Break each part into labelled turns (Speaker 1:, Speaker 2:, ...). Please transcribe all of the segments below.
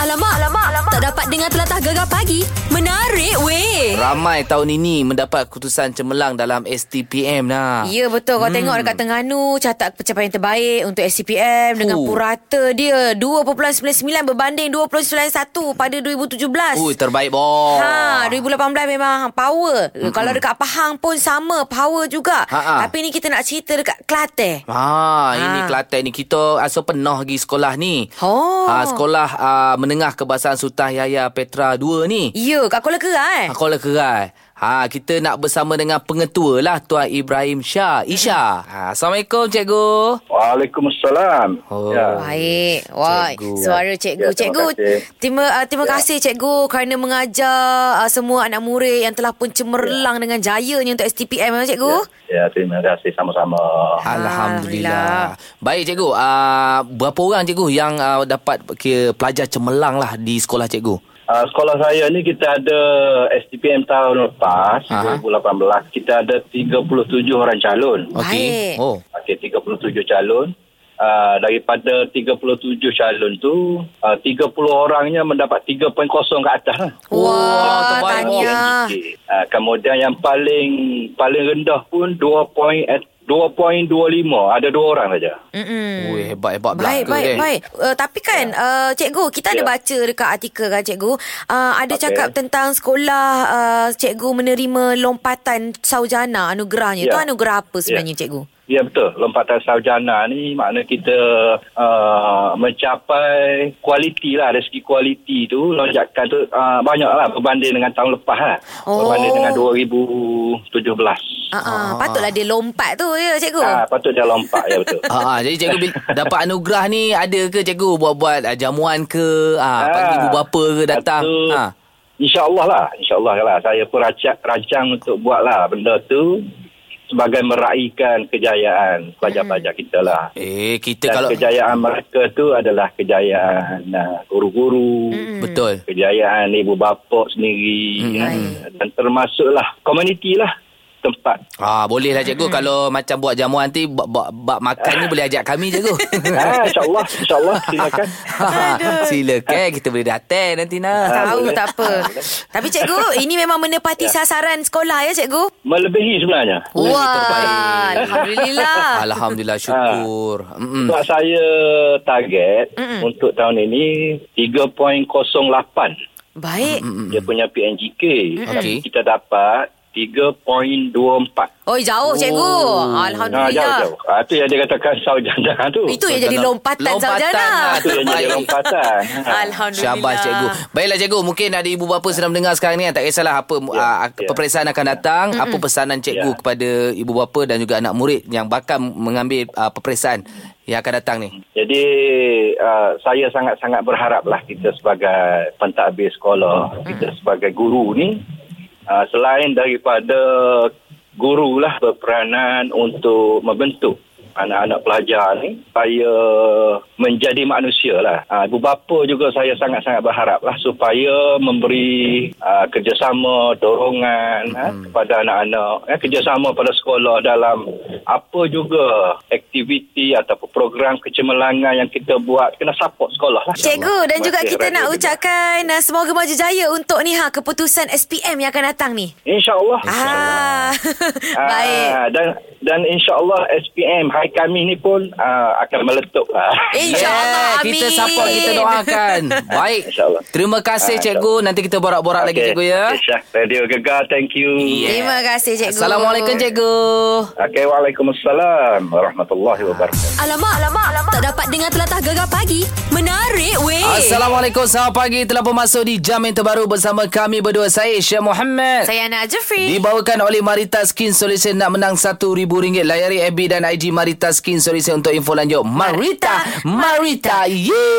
Speaker 1: alamak, alamak, alamak. Tak dapat dengar telatah gegar pagi. Menarik weh.
Speaker 2: Ramai tahun ini mendapat keputusan cemerlang dalam STPM nah.
Speaker 3: Ya betul
Speaker 2: Hmm.
Speaker 3: Kau tengok dekat Tengganu Catat pencapaian terbaik Untuk SCPM Dengan
Speaker 2: Fuh.
Speaker 3: purata dia 2.99 berbanding 2.91 Pada 2017
Speaker 2: Ui, terbaik boh.
Speaker 3: Ha, 2018 memang power.
Speaker 2: Hmm.
Speaker 3: Mm-hmm. Kalau dekat Pahang pun sama, power juga.
Speaker 2: Ha-ha.
Speaker 3: Tapi ni kita nak cerita dekat Kelantan.
Speaker 2: Ha, ini
Speaker 3: Ha.
Speaker 2: Kelantan ni kita asa penuh pergi sekolah ni.
Speaker 3: Oh.
Speaker 2: Ha, sekolah uh, menengah kebahasaan Sultan Yahya Petra 2 ni.
Speaker 3: Ya, kat Kuala Kerai.
Speaker 2: Ha, Kuala Kerai. Ha, kita nak bersama dengan pengetua lah Tuan Ibrahim Shah. Isha. Ha, Assalamualaikum cikgu.
Speaker 4: Waalaikumsalam.
Speaker 2: Oh.
Speaker 3: Baik. Wah,
Speaker 2: Cikgu.
Speaker 3: suara cikgu.
Speaker 4: Ya, terima
Speaker 3: cikgu,
Speaker 4: kasih. Ya.
Speaker 3: terima uh, terima kasih cikgu kerana mengajar uh, semua anak murid yang telah pun cemerlang dengan jayanya untuk STPM eh, cikgu.
Speaker 4: Ya, terima kasih sama-sama.
Speaker 2: Ha. Alhamdulillah. Baik cikgu, uh, berapa orang cikgu yang uh, dapat kira pelajar cemerlang lah di sekolah cikgu?
Speaker 4: Uh, sekolah saya ni kita ada STPM tahun lepas,
Speaker 2: Aha.
Speaker 4: 2018. Kita ada 37 orang calon.
Speaker 3: Baik.
Speaker 2: Okey. Oh.
Speaker 4: Okey, 37 calon. Uh, daripada 37 calon tu, uh, 30 orangnya mendapat 3.0 ke atas. lah.
Speaker 2: Wah,
Speaker 3: Wah,
Speaker 2: terbaik.
Speaker 3: tanya.
Speaker 4: Okey. Uh, kemudian yang paling paling rendah pun 2.0 2.25 ada dua orang saja.
Speaker 3: Mm-mm.
Speaker 2: Ui, hebat-hebat eh. belaka
Speaker 3: Baik, baik,
Speaker 2: dia.
Speaker 3: baik. Uh, tapi kan, uh, cikgu, kita ada
Speaker 4: Ya.
Speaker 3: baca dekat artikel kan, cikgu. Uh, ada
Speaker 4: Okey.
Speaker 3: cakap tentang sekolah uh, cikgu menerima lompatan saujana anugerahnya.
Speaker 4: Ya.
Speaker 3: Itu anugerah apa
Speaker 4: Ya.
Speaker 3: sebenarnya, cikgu?
Speaker 4: Ya betul, lompatan sarjana ni makna kita uh, mencapai kualiti lah, dari segi kualiti tu lonjakan tu uh, banyak lah berbanding dengan tahun lepas lah.
Speaker 3: Oh.
Speaker 4: Berbanding dengan 2017.
Speaker 3: Uh, uh, patutlah dia lompat tu, ya, cikgu?
Speaker 4: Ah, patut dia lompat, ya betul.
Speaker 2: Ha, ha, jadi cikgu bila dapat anugerah ni ada ke cikgu buat-buat ah, jamuan ke
Speaker 4: Ah,
Speaker 2: ha, panggil ibu bapa ke datang
Speaker 4: Patut,
Speaker 2: ha.
Speaker 4: InsyaAllah lah, insyaAllah lah. Saya pun rancang, rancang untuk buat lah benda tu sebagai meraihkan kejayaan pelajar-pelajar kita lah.
Speaker 2: Eh kita
Speaker 4: Dan
Speaker 2: kalau
Speaker 4: kejayaan mereka tu adalah kejayaan ah, guru-guru,
Speaker 3: Hmm.
Speaker 2: betul.
Speaker 4: kejayaan ibu bapa sendiri
Speaker 2: Hmm.
Speaker 4: kan? dan termasuklah komuniti lah tempat.
Speaker 2: Ah boleh lah cikgu
Speaker 3: Hmm.
Speaker 2: kalau macam buat jamuan nanti bak, bak, bak makan ni boleh ajak kami cikgu.
Speaker 4: ah, insyaAllah, insyaAllah silakan.
Speaker 2: Ha, Silakan kita boleh datang nanti nak.
Speaker 3: Tahu
Speaker 4: boleh.
Speaker 3: tak apa. Tapi cikgu, ini memang menepati sasaran sekolah ya cikgu?
Speaker 4: Melebihi sebenarnya.
Speaker 2: Oh,
Speaker 3: Wah,
Speaker 2: terbaik.
Speaker 3: Alhamdulillah.
Speaker 2: Alhamdulillah syukur. Mm-mm.
Speaker 4: Ah. Sebab saya target untuk tahun ini 3.08
Speaker 3: Baik.
Speaker 4: dia punya PNGK.
Speaker 2: Okey.
Speaker 4: Tapi Kita dapat 3.24.
Speaker 3: Oi, jauh cikgu.
Speaker 4: Oh. Nah,
Speaker 3: Alhamdulillah.
Speaker 4: jauh-jauh. Ah, tu yang dia katakan saujana tu.
Speaker 3: Itu yang jadi
Speaker 2: Dalam-
Speaker 3: lompatan
Speaker 2: lompatan
Speaker 3: saujana.
Speaker 2: lah.
Speaker 4: Itu yang jadi lompatan. Ah.
Speaker 3: Alhamdulillah.
Speaker 2: Syabas cikgu. Baiklah cikgu, mungkin ada ibu bapa sedang mendengar sekarang ni eh. tak kisahlah apa yeah,
Speaker 4: ya.
Speaker 2: peperiksaan akan datang, apa pesanan cikgu
Speaker 4: Ya.
Speaker 2: kepada ibu bapa dan juga anak murid yang bakal mengambil uh, peperiksaan yang akan datang ni.
Speaker 4: Jadi uh, saya sangat-sangat berharaplah kita sebagai pentadbir sekolah, kita sebagai guru ni uh, selain daripada guru lah berperanan untuk membentuk anak-anak pelajar ni saya menjadi manusia lah. Uh, ibu bapa juga saya sangat-sangat berharap lah supaya memberi uh, kerjasama, dorongan ha,
Speaker 2: Hmm.
Speaker 4: kepada anak-anak. eh, kerjasama pada sekolah dalam apa juga aktiviti ataupun program kecemerlangan yang kita buat kena support sekolah lah.
Speaker 3: Cikgu dan
Speaker 4: Terima
Speaker 3: juga
Speaker 4: kasih
Speaker 3: kita nak
Speaker 4: Radio Kedah.
Speaker 3: ucapkan uh, semoga maju jaya untuk ni ha keputusan SPM yang akan datang ni.
Speaker 4: InsyaAllah.
Speaker 3: Ah. Baik.
Speaker 4: Ah, dan dan insyaallah SPM hari Khamis ni pun ah, akan meletup lah.
Speaker 3: InsyaAllah,
Speaker 2: Yeah, Ya, Kita
Speaker 3: amin.
Speaker 2: support, kita doakan. Baik.
Speaker 4: InsyaAllah.
Speaker 2: Terima kasih
Speaker 4: Ah,
Speaker 2: cikgu. Nanti kita borak-borak lagi
Speaker 4: Okey.
Speaker 2: cikgu ya.
Speaker 4: Okey, Syah. Radio Gegar, thank you.
Speaker 2: Yeah.
Speaker 3: Terima kasih cikgu.
Speaker 2: Assalamualaikum cikgu.
Speaker 4: Okey, Waalaikumsalam warahmatullahi wabarakatuh.
Speaker 1: Alamak, alamak, alamak. Tak dapat dengar telatah gegar pagi. Menarik weh.
Speaker 2: Assalamualaikum. Selamat pagi. Telah pun masuk di jam yang terbaru bersama kami berdua. Saya Syah Muhammad.
Speaker 3: Saya Ana Jeffrey.
Speaker 2: Dibawakan oleh Marita Skin Solution nak menang RM1,000. Layari FB dan IG Marita Skin Solution untuk info lanjut. Marita, Marita,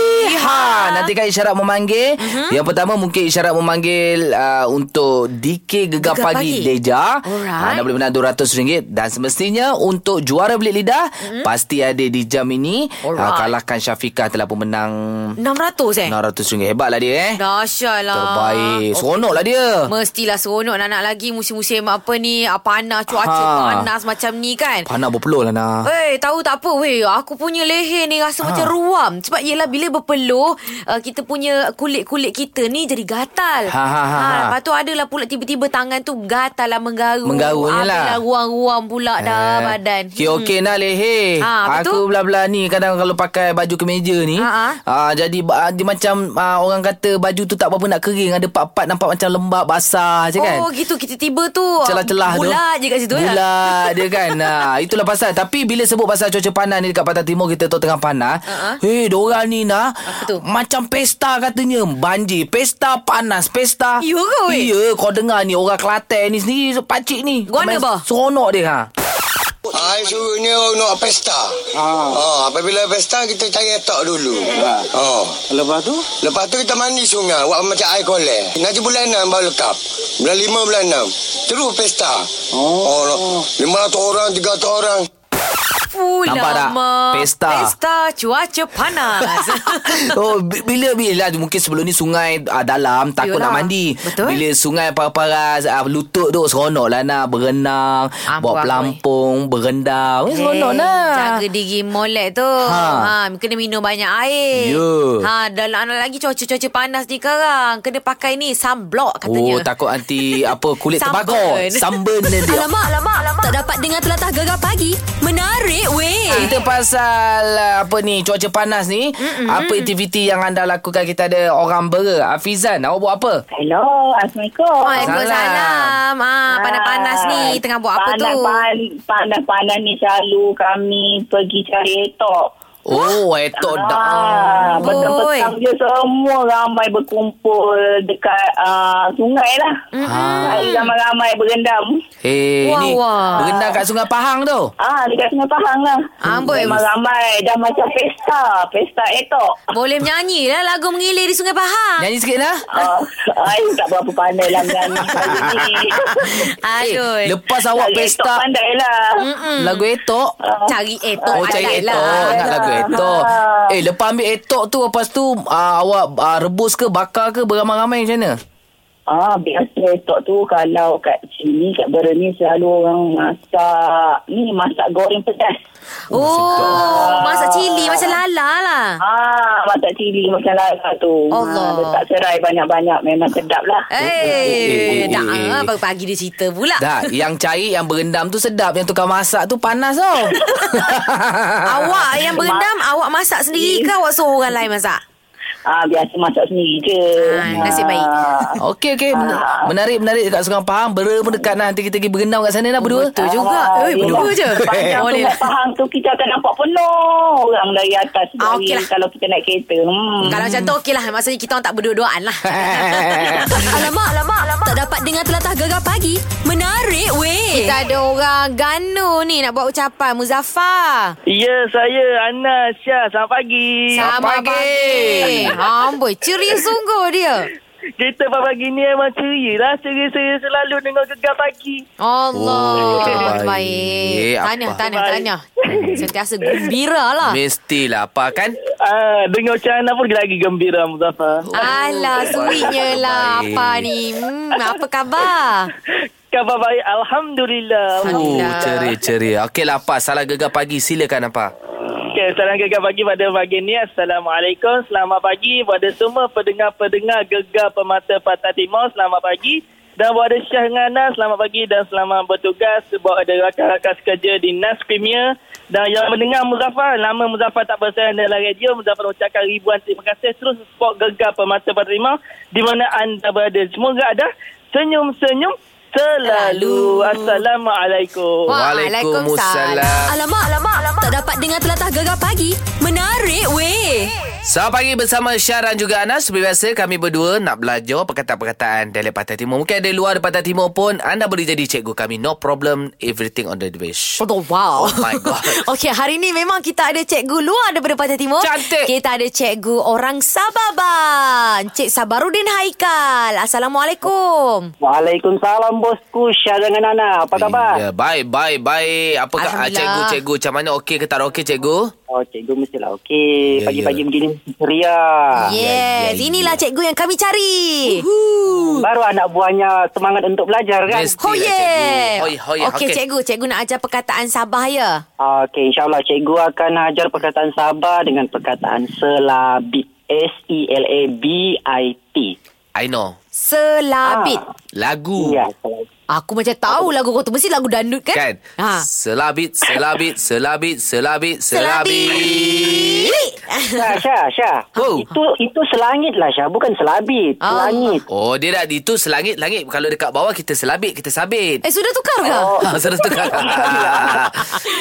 Speaker 2: yeeha. Nantikan isyarat memanggil.
Speaker 3: Mhm.
Speaker 2: Yang pertama mungkin isyarat memanggil uh, untuk DK Gegar,
Speaker 3: Gegar
Speaker 2: Pagi,
Speaker 3: Pagi.
Speaker 2: Deja.
Speaker 3: Alright.
Speaker 2: Anda boleh menang RM200. Dan semestinya untuk juara belit lidah, pasti ada di jam ini. Uh,
Speaker 3: Mhm. Alright.
Speaker 2: kalahkan Syafiqah telah pun menang
Speaker 3: 600 eh?
Speaker 2: RM600. Hebatlah dia eh.
Speaker 3: Dahsyat lah.
Speaker 2: Terbaik. Seronoklah dia.
Speaker 3: Mestilah seronok anak-anak lagi musim-musim apa ni ah, panas cuaca
Speaker 2: Ha.
Speaker 3: panas macam ni kan.
Speaker 2: Panas berpeluh lah nak.
Speaker 3: Eh, Weh, tahu tak apa weh. Aku punya leher ni rasa ha. macam ruam. Sebab yelah bila berpeluh, uh, kita punya kulit-kulit kita ni jadi gatal.
Speaker 2: Ha, ha, ha, ha.
Speaker 3: lepas tu adalah pula tiba-tiba tangan tu gatal lah menggaru.
Speaker 2: Menggarunya lah. Eh,
Speaker 3: Apalah ruam-ruam pula dah badan.
Speaker 2: Okey okey nak leher.
Speaker 3: Ah, betul.
Speaker 2: aku belah-belah ni kadang kalau pakai baju kemeja ni,
Speaker 3: Ah, ah.
Speaker 2: ah, jadi ah, dia macam ah, orang kata baju tu tak apa-apa nak kering, ada part-part nampak macam lembab basah je kan.
Speaker 3: Oh gitu kita tiba tu
Speaker 2: celah-celah tu
Speaker 3: Bulat je kat situ
Speaker 2: bulat
Speaker 3: ya.
Speaker 2: Bulat dia kan ha, Itulah pasal Tapi bila sebut pasal cuaca panas ni Dekat Pantai Timur Kita tahu tengah panas
Speaker 3: Ha-ha.
Speaker 2: uh-huh. Hei dorang ni nah
Speaker 3: Ah, tu?
Speaker 2: Macam pesta katanya Banjir Pesta panas Pesta
Speaker 3: Ya ke, weh?
Speaker 2: Ya kau dengar ni Orang Kelantan ni sendiri Pakcik ni
Speaker 3: Guana,
Speaker 2: Main
Speaker 3: bah?
Speaker 2: Seronok dia ha.
Speaker 5: Hai suruhnya orang nak pesta. Ha. Oh, apabila pesta kita cari atak dulu. Ha. Oh.
Speaker 6: Lepas tu?
Speaker 5: Lepas tu kita mandi sungai, buat macam air kolek. Nanti bulan 6 baru lekap. Bulan 5, bulan 6. Terus pesta. Oh. oh 500 orang, 300 orang.
Speaker 3: Pula
Speaker 2: Nampak tak?
Speaker 3: mak.
Speaker 2: Pesta.
Speaker 3: Pesta cuaca panas
Speaker 2: oh bi- bila bila mungkin sebelum ni sungai ah, dalam takut
Speaker 3: Yolah.
Speaker 2: nak mandi.
Speaker 3: Betul.
Speaker 2: Bila sungai paras-paras ah, lutut tu seronok lah nak berenang,
Speaker 3: Amboi,
Speaker 2: bawa
Speaker 3: amboi.
Speaker 2: pelampung, berendam. Eh,
Speaker 3: Eh,
Speaker 2: seronok lah.
Speaker 3: Jaga diri molek tu. Ha.
Speaker 2: Ha.
Speaker 3: ha. Kena minum banyak air.
Speaker 2: Ya.
Speaker 3: Ha, dalam anak lagi cuaca-cuaca panas ni sekarang. Kena pakai ni sunblock katanya.
Speaker 2: Oh takut anti apa kulit terbakar
Speaker 3: Sunburn.
Speaker 2: Sunburn dia dia
Speaker 7: Alamak, alamak, alamak. Tak dapat dengar telatah gegar pagi. Menarik weh.
Speaker 3: Ah.
Speaker 2: Cerita pasal uh, apa ni cuaca panas ni Mm-mm. apa aktiviti yang anda lakukan kita ada orang bera Afizan awak buat apa
Speaker 8: Hello, Assalamualaikum.
Speaker 3: Waalaikumsalam. Ha,
Speaker 8: Ah,
Speaker 3: panas-panas ni tengah buat apa tu?
Speaker 8: Panas-panas- Panas-panas ni selalu kami pergi cari etok.
Speaker 2: Oh etok dah
Speaker 8: Ah, Petang-petang je semua ramai berkumpul dekat ah, sungai lah. Mm-hmm. Ramai-ramai berendam.
Speaker 2: Eh
Speaker 3: Wah,
Speaker 2: ni
Speaker 3: wah.
Speaker 2: berendam kat sungai Pahang tu
Speaker 8: Ah, dekat Sungai Pahang lah.
Speaker 3: Ah, Amboi.
Speaker 8: Ramai-ramai dah macam pesta, pesta etok.
Speaker 3: Boleh menyanyi lah lagu mengilir di Sungai Pahang.
Speaker 2: Nyanyi sikit lah
Speaker 8: Ah, saya tak berapa pandai lah menyanyi kali ni.
Speaker 3: Aduh. Hmm.
Speaker 2: Eh, lepas awak
Speaker 8: Cari etok
Speaker 2: pesta
Speaker 8: pandai lah.
Speaker 2: lagu etok
Speaker 3: cari etok
Speaker 2: Oh cari
Speaker 3: adat
Speaker 2: etok
Speaker 3: Ah, lah.
Speaker 2: Nak lagu etok Eh lepas ambil etok tu Lepas tu ah, Awak ah, rebus ke bakar ke Beramai-ramai macam mana
Speaker 8: Ah, biasa esok tu kalau kat sini, kat Berani selalu orang masak, ni masak goreng pedas.
Speaker 3: Oh, masak cili macam lala lah.
Speaker 8: Ah, masak cili macam lala tu.
Speaker 3: Allah.
Speaker 8: Ah, letak serai banyak-banyak memang sedap lah.
Speaker 2: eh,
Speaker 3: Eh,
Speaker 2: eh,
Speaker 3: dah
Speaker 2: eh, eh.
Speaker 3: ah, pagi-pagi dia cerita pula.
Speaker 2: Dah, yang cair, yang berendam tu sedap. Yang tukang masak tu panas tau.
Speaker 3: Awak yang berendam Awak masak sendiri ke Awak suruh orang lain masak
Speaker 8: Ah, biasa masak sendiri je.
Speaker 3: Ah, nasib baik.
Speaker 2: Okey, okey. Men- Menarik, menarik dekat Sungai Pahang. Bera pun dekat nah. Nanti kita pergi berendam kat sana lah berdua.
Speaker 8: Ah.
Speaker 3: Betul juga Eh berdua je
Speaker 8: Panjang
Speaker 3: Boleh
Speaker 8: Sungai
Speaker 3: lah
Speaker 8: Pahang tu kita akan nampak penuh orang dari atas
Speaker 3: Ah,
Speaker 8: dari
Speaker 3: okey lah.
Speaker 8: kalau kita naik kereta. Hmm.
Speaker 3: Kalau macam tu okey lah Maksudnya kita orang tak berdua-duaan lah
Speaker 7: Alamak, alamak, alamak. Tak dapat dengar telatah gegar pagi. Menarik weh.
Speaker 3: Kita ada orang Ganu ni Nak buat ucapan Muzaffar
Speaker 9: Ya, saya Anas Syah. Selamat pagi.
Speaker 3: Selamat pagi Amboi Ceria sungguh dia
Speaker 9: Kita pagi ni memang ceria lah. Ceria saya selalu dengar gegar pagi.
Speaker 3: Allah
Speaker 2: Oh, terbaik.
Speaker 3: Baik Tahniah
Speaker 2: Apa?
Speaker 3: Tahniah Tahniah Sentiasa gembira lah
Speaker 2: Mestilah apa kan?
Speaker 9: Ah, dengar macam Anas pun lagi gembira,
Speaker 3: Oh.
Speaker 9: Muzaffar.
Speaker 2: Oh,
Speaker 3: Alah sweetnya lah
Speaker 2: Baik.
Speaker 3: Apa ni hmm, Apa khabar
Speaker 9: Khabar baik. Alhamdulillah.
Speaker 2: Oh,
Speaker 3: Alhamdulillah.
Speaker 2: ceria-ceria. Okey lah, Apa. Salah gegar pagi. Silakan, Apa.
Speaker 9: Okay, salam gegar pagi pada pagi ni. Assalamualaikum. Selamat pagi pada semua pendengar-pendengar gegar pemata Patah Timur. Selamat pagi. Dan buat ada Syah dengan Anas, selamat pagi dan selamat bertugas buat ada rakan-rakan sekerja di NAS Premier. Dan yang mendengar Muzaffar, nama Muzaffar tak bersaing dalam radio. Muzaffar ucapkan ribuan terima kasih. Terus support gegar pemata Patah Timur di mana anda berada. Semoga ada senyum-senyum selalu. Assalamualaikum.
Speaker 3: Waalaikumsalam.
Speaker 7: Alamak, alamak, alamak. Tak dapat dengar telatah gegar pagi. Menarik weh.
Speaker 2: Selamat pagi bersama Syah dan juga Anas. Seperti biasa, kami berdua nak belajar perkataan-perkataan dialek Pantai Timur. Mungkin ada luar dari Pantai Timur pun, anda boleh jadi cikgu kami. No problem, everything on the wish.
Speaker 3: Oh, wow.
Speaker 2: Oh my God.
Speaker 3: Okey, hari ni memang kita ada cikgu luar daripada Pantai Timur.
Speaker 2: Cantik.
Speaker 3: Kita ada cikgu orang Sababan. Cik Sabarudin Haikal. Assalamualaikum.
Speaker 6: Waalaikumsalam,
Speaker 9: bosku Syah dengan Nana. Apa khabar?
Speaker 2: Ya, baik, baik, baik. Apakah ah,
Speaker 3: Alhamdulillah.
Speaker 2: cikgu, cikgu? Macam mana okey ke tak okey, cikgu?
Speaker 9: Oh, cikgu mestilah
Speaker 2: Ya,
Speaker 9: okey.
Speaker 2: ya.
Speaker 9: Pagi-pagi begini ceria.
Speaker 2: ya,
Speaker 3: Yes,
Speaker 2: ya. Uhuh,
Speaker 3: inilah cikgu yang kami cari. Oh,
Speaker 9: Baru anak buahnya semangat untuk belajar kan?
Speaker 2: Mesti.
Speaker 3: Ho
Speaker 2: Okeylah,
Speaker 3: yeah.
Speaker 2: lah, cikgu. Hoi, hoi,
Speaker 3: Okey
Speaker 2: okey.
Speaker 3: cikgu, cikgu nak ajar perkataan Sabah ya.
Speaker 9: Ah, Okey, insyaAllah cikgu akan ajar perkataan Sabah dengan perkataan selabit. E S-E-L-A-B-I-T.
Speaker 2: I know.
Speaker 3: Selabit.
Speaker 2: Ah. Lagu.
Speaker 9: Ya, selabit.
Speaker 3: Aku macam tahu lagu kau tu mesti lagu dandut kan?
Speaker 2: Kan?
Speaker 3: Ha.
Speaker 2: Selabit, selabit, selabit, selabit, selabit.
Speaker 9: Syah, Syah, Syah.
Speaker 2: Oh.
Speaker 9: Itu, itu selangit lah Syah, bukan selabit.
Speaker 3: Ah.
Speaker 9: Selangit.
Speaker 2: Oh, dia dah itu selangit-langit. Kalau dekat bawah, kita selabit, kita sabit.
Speaker 3: Eh sudah tukar ke?
Speaker 9: Oh.
Speaker 2: Ha, Salah tukar.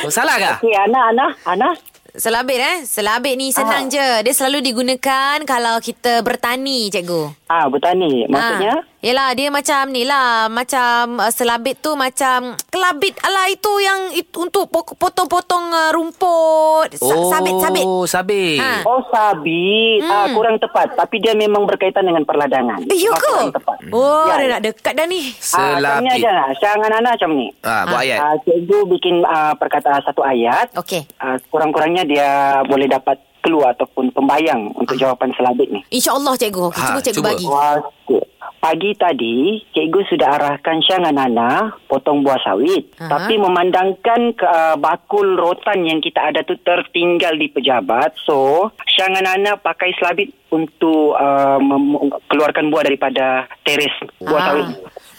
Speaker 2: Oh, Salah kah?
Speaker 9: Okey, Ana, Ana, Ana.
Speaker 3: Selabit eh? Selabit ni
Speaker 9: Ah.
Speaker 3: senang je. Dia selalu digunakan kalau kita bertani cikgu.
Speaker 9: Ah, bertani. Maksudnya?
Speaker 3: Ha. Yelah dia macam ni lah Macam uh, selabit tu macam Kelabit ala itu yang itu, Untuk pok- potong-potong uh, rumput Sa- Sabit-sabit
Speaker 2: Oh, sabit.
Speaker 3: Ha.
Speaker 9: Oh, sabit. Ah, kurang tepat. Tapi dia memang berkaitan dengan perladangan.
Speaker 3: Eh you ke?
Speaker 9: Kurang tepat.
Speaker 3: Oh
Speaker 9: Ya.
Speaker 3: dia nak dekat dah ni
Speaker 9: Ah, macam ni
Speaker 2: Selabit.
Speaker 9: aja lah. Syah dengan Ana macam ni.
Speaker 2: Ah, buat ayat.
Speaker 9: Ah, cikgu bikin ah, perkataan satu ayat.
Speaker 3: Okey
Speaker 9: Ah, kurang-kurangnya dia boleh dapat keluar ataupun pembayang
Speaker 2: Ah.
Speaker 9: untuk jawapan selabit ni.
Speaker 3: InsyaAllah cikgu okay,
Speaker 2: Ha,
Speaker 3: Cuba cikgu
Speaker 2: cuba.
Speaker 3: bagi
Speaker 9: Wah, sikit. Pagi tadi, cikgu sudah arahkan Syah dengan Nana potong buah sawit.
Speaker 3: Aha.
Speaker 9: Tapi memandangkan ke, uh, bakul rotan yang kita ada tu tertinggal di pejabat. So, Syah dengan Nana pakai selabit untuk uh, mem- keluarkan buah daripada teres buah
Speaker 3: Ah.
Speaker 9: sawit.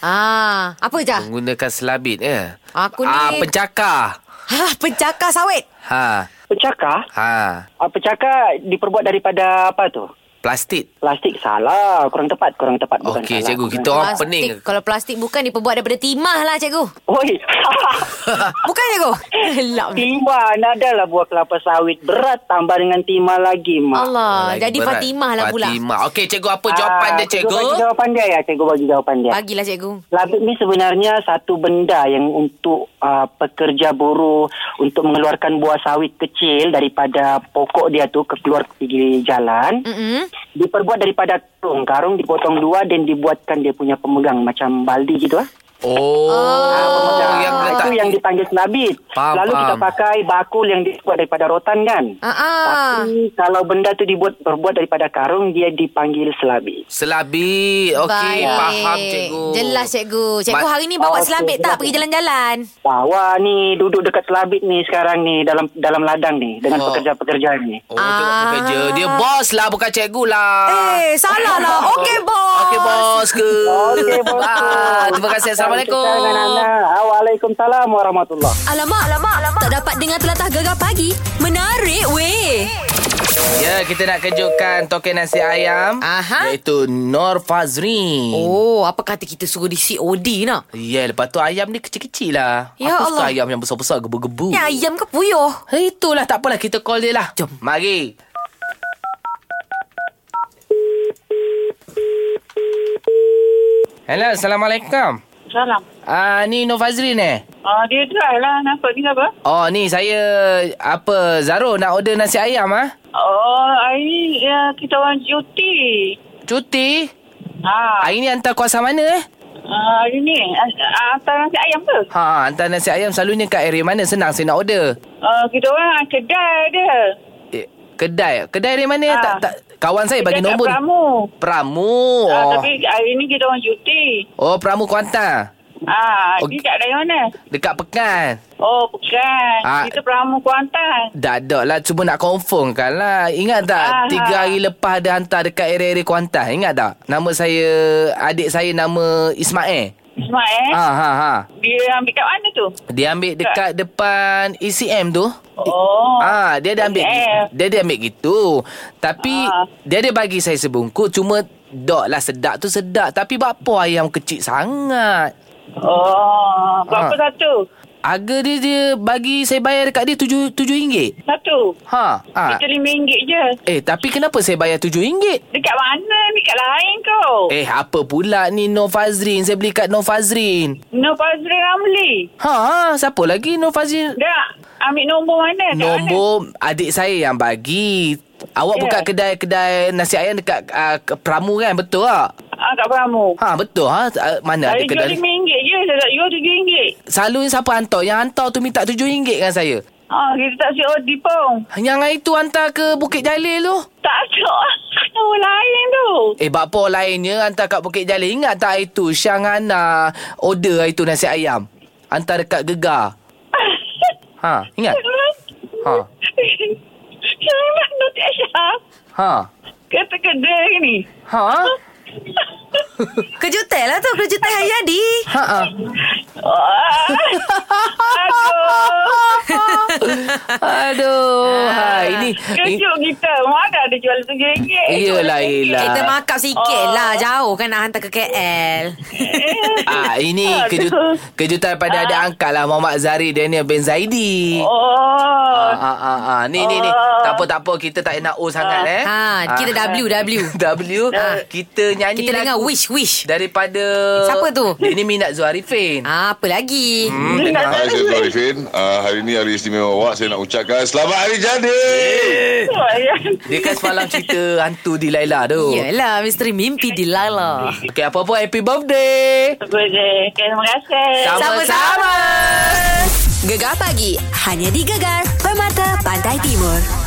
Speaker 3: Ah, Apa je?
Speaker 2: Menggunakan selabit, ya?
Speaker 3: Aku ni-
Speaker 2: Ah, pencakar.
Speaker 3: Ha, pencakar sawit
Speaker 2: Ha.
Speaker 9: Pecakar?
Speaker 2: Ha.
Speaker 9: Uh, pecakar diperbuat daripada apa tu?
Speaker 2: Plastik.
Speaker 9: Plastik salah. Ah, Kurang tepat, kurang tepat. Bukan
Speaker 2: Okey,
Speaker 9: salah.
Speaker 2: cikgu. Kita orang Oh, pening.
Speaker 3: Plastik Kalau plastik bukan diperbuat daripada timah lah cikgu
Speaker 9: Oi.
Speaker 3: Bukan cikgu? Lap
Speaker 9: timah adalah buah kelapa sawit berat tambah dengan timah lagi mak.
Speaker 3: Allah
Speaker 2: Ah, Lagi
Speaker 3: Jadi
Speaker 2: berat.
Speaker 3: Fatimah lah pula
Speaker 2: Fatimah. Okey, cikgu apa jawapan
Speaker 9: Ah,
Speaker 2: dia, cikgu?
Speaker 9: Bagi jawapan dia ya, cikgu bagi jawapan dia.
Speaker 3: Bagilah cikgu
Speaker 9: Labib ni sebenarnya satu benda yang untuk uh, pekerja buruh untuk mengeluarkan buah sawit kecil daripada pokok dia tu ke keluar ke pinggir jalan.
Speaker 2: Mm.
Speaker 3: Mm-mm.
Speaker 9: Diperbuat daripada karung. Karung dipotong dua dan dibuatkan dia punya pemegang macam baldi gitu ah.
Speaker 2: Oh,
Speaker 9: Ah,
Speaker 2: yang letak
Speaker 9: itu yang dipanggil selabit.
Speaker 2: Faham,
Speaker 9: Lalu kita
Speaker 2: faham.
Speaker 9: pakai bakul yang dibuat daripada rotan kan.
Speaker 3: Ah, ah.
Speaker 9: Tapi kalau benda tu dibuat berbuat daripada karung dia dipanggil selabit.
Speaker 2: Selabi. Okey,
Speaker 3: Baik.
Speaker 2: faham cikgu.
Speaker 3: Jelas cikgu. Cikgu
Speaker 2: Ma-
Speaker 3: hari ni bawa
Speaker 9: Oh,
Speaker 3: selambit
Speaker 9: okey,
Speaker 3: tak
Speaker 9: jelas.
Speaker 3: pergi jalan-jalan?
Speaker 9: Bawa ni duduk dekat selabit ni sekarang ni dalam dalam ladang ni
Speaker 2: Oh.
Speaker 9: dengan pekerja-pekerja ni.
Speaker 2: Oh, tengok
Speaker 3: Ah.
Speaker 2: pekerja. Dia bos lah, bukan cikgu lah.
Speaker 3: Eh, salah lah. Okey, bos.
Speaker 2: Okey, bos ke?
Speaker 9: Ah. Okey, bos.
Speaker 2: Ah, terima kasih. Assalamualaikum.
Speaker 9: Waalaikumsalam warahmatullahi.
Speaker 1: Alamak, alamak, alamak. Tak dapat dengar telatah gegar pagi. Menarik weh.
Speaker 2: Ya, kita nak kejutkan token nasi ayam.
Speaker 3: Aha.
Speaker 2: Iaitu Nor Fazrin.
Speaker 3: Oh, apa kata kita suruh di COD nak?
Speaker 2: Ya, yeah, lepas tu ayam ni kecil-kecil lah.
Speaker 3: Ya
Speaker 2: Aku suka
Speaker 3: Allah.
Speaker 2: ayam yang besar-besar, gebu-gebu.
Speaker 3: Ni ayam ke puyuh?
Speaker 2: Eh, Itulah, tak apalah. Kita call dia lah. Jom. Mari. Hello, Assalamualaikum.
Speaker 8: Salam.
Speaker 2: Ah, ni Nur Fazrin eh?
Speaker 8: Uh, dia dry lah. Nampak ni apa?
Speaker 2: Oh, ni saya... Apa, Zaro nak order nasi ayam ah?
Speaker 8: Oh, hari ni ya, kita orang cuti.
Speaker 2: Cuti?
Speaker 8: Ha,
Speaker 2: Hari ni hantar kuasa mana eh?
Speaker 8: uh, hari ni. Uh, hantar nasi ayam ke?
Speaker 2: Ha, hantar nasi ayam selalunya kat area mana? Senang saya nak order.
Speaker 8: Uh, kita orang kedai dia.
Speaker 2: Eh, kedai. Kedai area mana?
Speaker 8: Ah.
Speaker 2: Tak, tak, kawan saya Eh, bagi
Speaker 8: Kedai kat
Speaker 2: nombor.
Speaker 8: Pramu.
Speaker 2: Pramu.
Speaker 8: Oh. Uh,
Speaker 2: oh.
Speaker 8: tapi hari ni kita orang cuti.
Speaker 2: Oh, Pramu Kuantan.
Speaker 8: Ah,
Speaker 2: Oh.
Speaker 8: uh, dia kat daerah mana?
Speaker 2: Dekat Pekan.
Speaker 8: Oh, bukan.
Speaker 2: Ah.
Speaker 8: Kita Pramu Kuantan.
Speaker 2: Tak ada lah. Cuba nak confirm kan lah. Ingat tak?
Speaker 8: Ah,
Speaker 2: Tiga
Speaker 8: ah.
Speaker 2: hari lepas ada hantar dekat area-area Kuantan. Ingat tak? Nama saya... Adik saya nama Ismail.
Speaker 8: Ismail eh?
Speaker 2: Ha, ha, ha.
Speaker 8: Dia ambil kat mana tu?
Speaker 2: Dia ambil dekat depan ECM tu.
Speaker 8: Oh.
Speaker 2: Ah, dia ada ambil
Speaker 8: ECM.
Speaker 2: dia ada ambil gitu. Tapi
Speaker 8: Ah.
Speaker 2: dia ada bagi saya sebungkus cuma dok lah sedap tu sedap tapi buat apa ayam kecil sangat.
Speaker 8: Oh. Berapa
Speaker 2: Ah.
Speaker 8: satu?
Speaker 2: Harga dia dia bagi saya bayar dekat dia tujuh tujuh ringgit.
Speaker 8: Satu.
Speaker 2: Ha. ha.
Speaker 8: Kita RM5 je.
Speaker 2: Eh tapi kenapa saya bayar tujuh ringgit?
Speaker 8: Dekat mana ni? Kat lain kau.
Speaker 2: Eh apa pula ni Nur Fazrin Saya beli kat Nur Fazrin
Speaker 8: No Fazri Ramli.
Speaker 2: Ha, ha siapa lagi Nur Fazrin
Speaker 8: Dah. Ambil nombor mana? Kat
Speaker 2: Nombor adik saya yang bagi Awak
Speaker 8: Ya.
Speaker 2: buka kedai-kedai nasi ayam dekat uh, Pramu kan betul tak?
Speaker 8: Mana? Ah, kat Pramu.
Speaker 2: Ha betul ha Ah, mana ada
Speaker 8: Hari jual
Speaker 2: kedai
Speaker 8: RM5 je. boleh cakap you RM7.
Speaker 2: Selalunya siapa hantar? Yang hantar tu minta RM7 kan saya.
Speaker 8: Ah, kita tak COD pun.
Speaker 2: Yang hari tu hantar ke Bukit Jalil tu.
Speaker 8: Tak cok. Tahu lain tu.
Speaker 2: Eh, bapa lainnya hantar kat Bukit Jalil. Ingat tak hari tu Syangana order hari tu nasi ayam? Hantar dekat Gegar. Ha, ingat? Ha,
Speaker 8: Yang nak tu tak syak.
Speaker 2: ha,
Speaker 8: Kata kedai ni.
Speaker 2: ha,
Speaker 3: Kejutan lah tu Kejutan Haryadi
Speaker 2: ha, ha.
Speaker 8: Wah. Aduh.
Speaker 2: Aduh, ha, ini... ini
Speaker 8: Ah, Kejut kita. Mana ada jual RM7.
Speaker 2: Iyalah, iyalah.
Speaker 3: Kita markup sikit
Speaker 8: Oh.
Speaker 3: lah Jauh kan nak hantar ke KL
Speaker 2: Ah, ini
Speaker 8: Aduh. Ah.
Speaker 2: kejut, kejutan pada ada angkat lah Muhammad Zari Daniel Ben Zaidi. Ah,
Speaker 8: Oh.
Speaker 2: ah, ah, ah. Ni, ni, ni. Tak apa, tak apa. Kita tak nak O sangat, eh.
Speaker 3: Ha, kita W, W.
Speaker 2: W.
Speaker 3: Ah.
Speaker 2: Kita nyanyi
Speaker 3: Kita dengar wish wish
Speaker 2: daripada...
Speaker 3: Siapa tu?
Speaker 2: Dia ni Minat Zuarifin.
Speaker 3: Ah, apa lagi?
Speaker 2: Hmm, dengar.
Speaker 10: Hai, saya Zarifin. Uh, hari ini hari istimewa awak. Saya nak ucapkan selamat hari jadi.
Speaker 2: Dia kan semalam cerita hantu di Laila tu.
Speaker 3: Yelah, misteri mimpi di Lala.
Speaker 2: Okay, apa pun happy birthday.
Speaker 8: Boleh. Terima kasih.
Speaker 2: Sama-sama.
Speaker 1: Gegar pagi hanya di Gegar Permata Pantai Timur.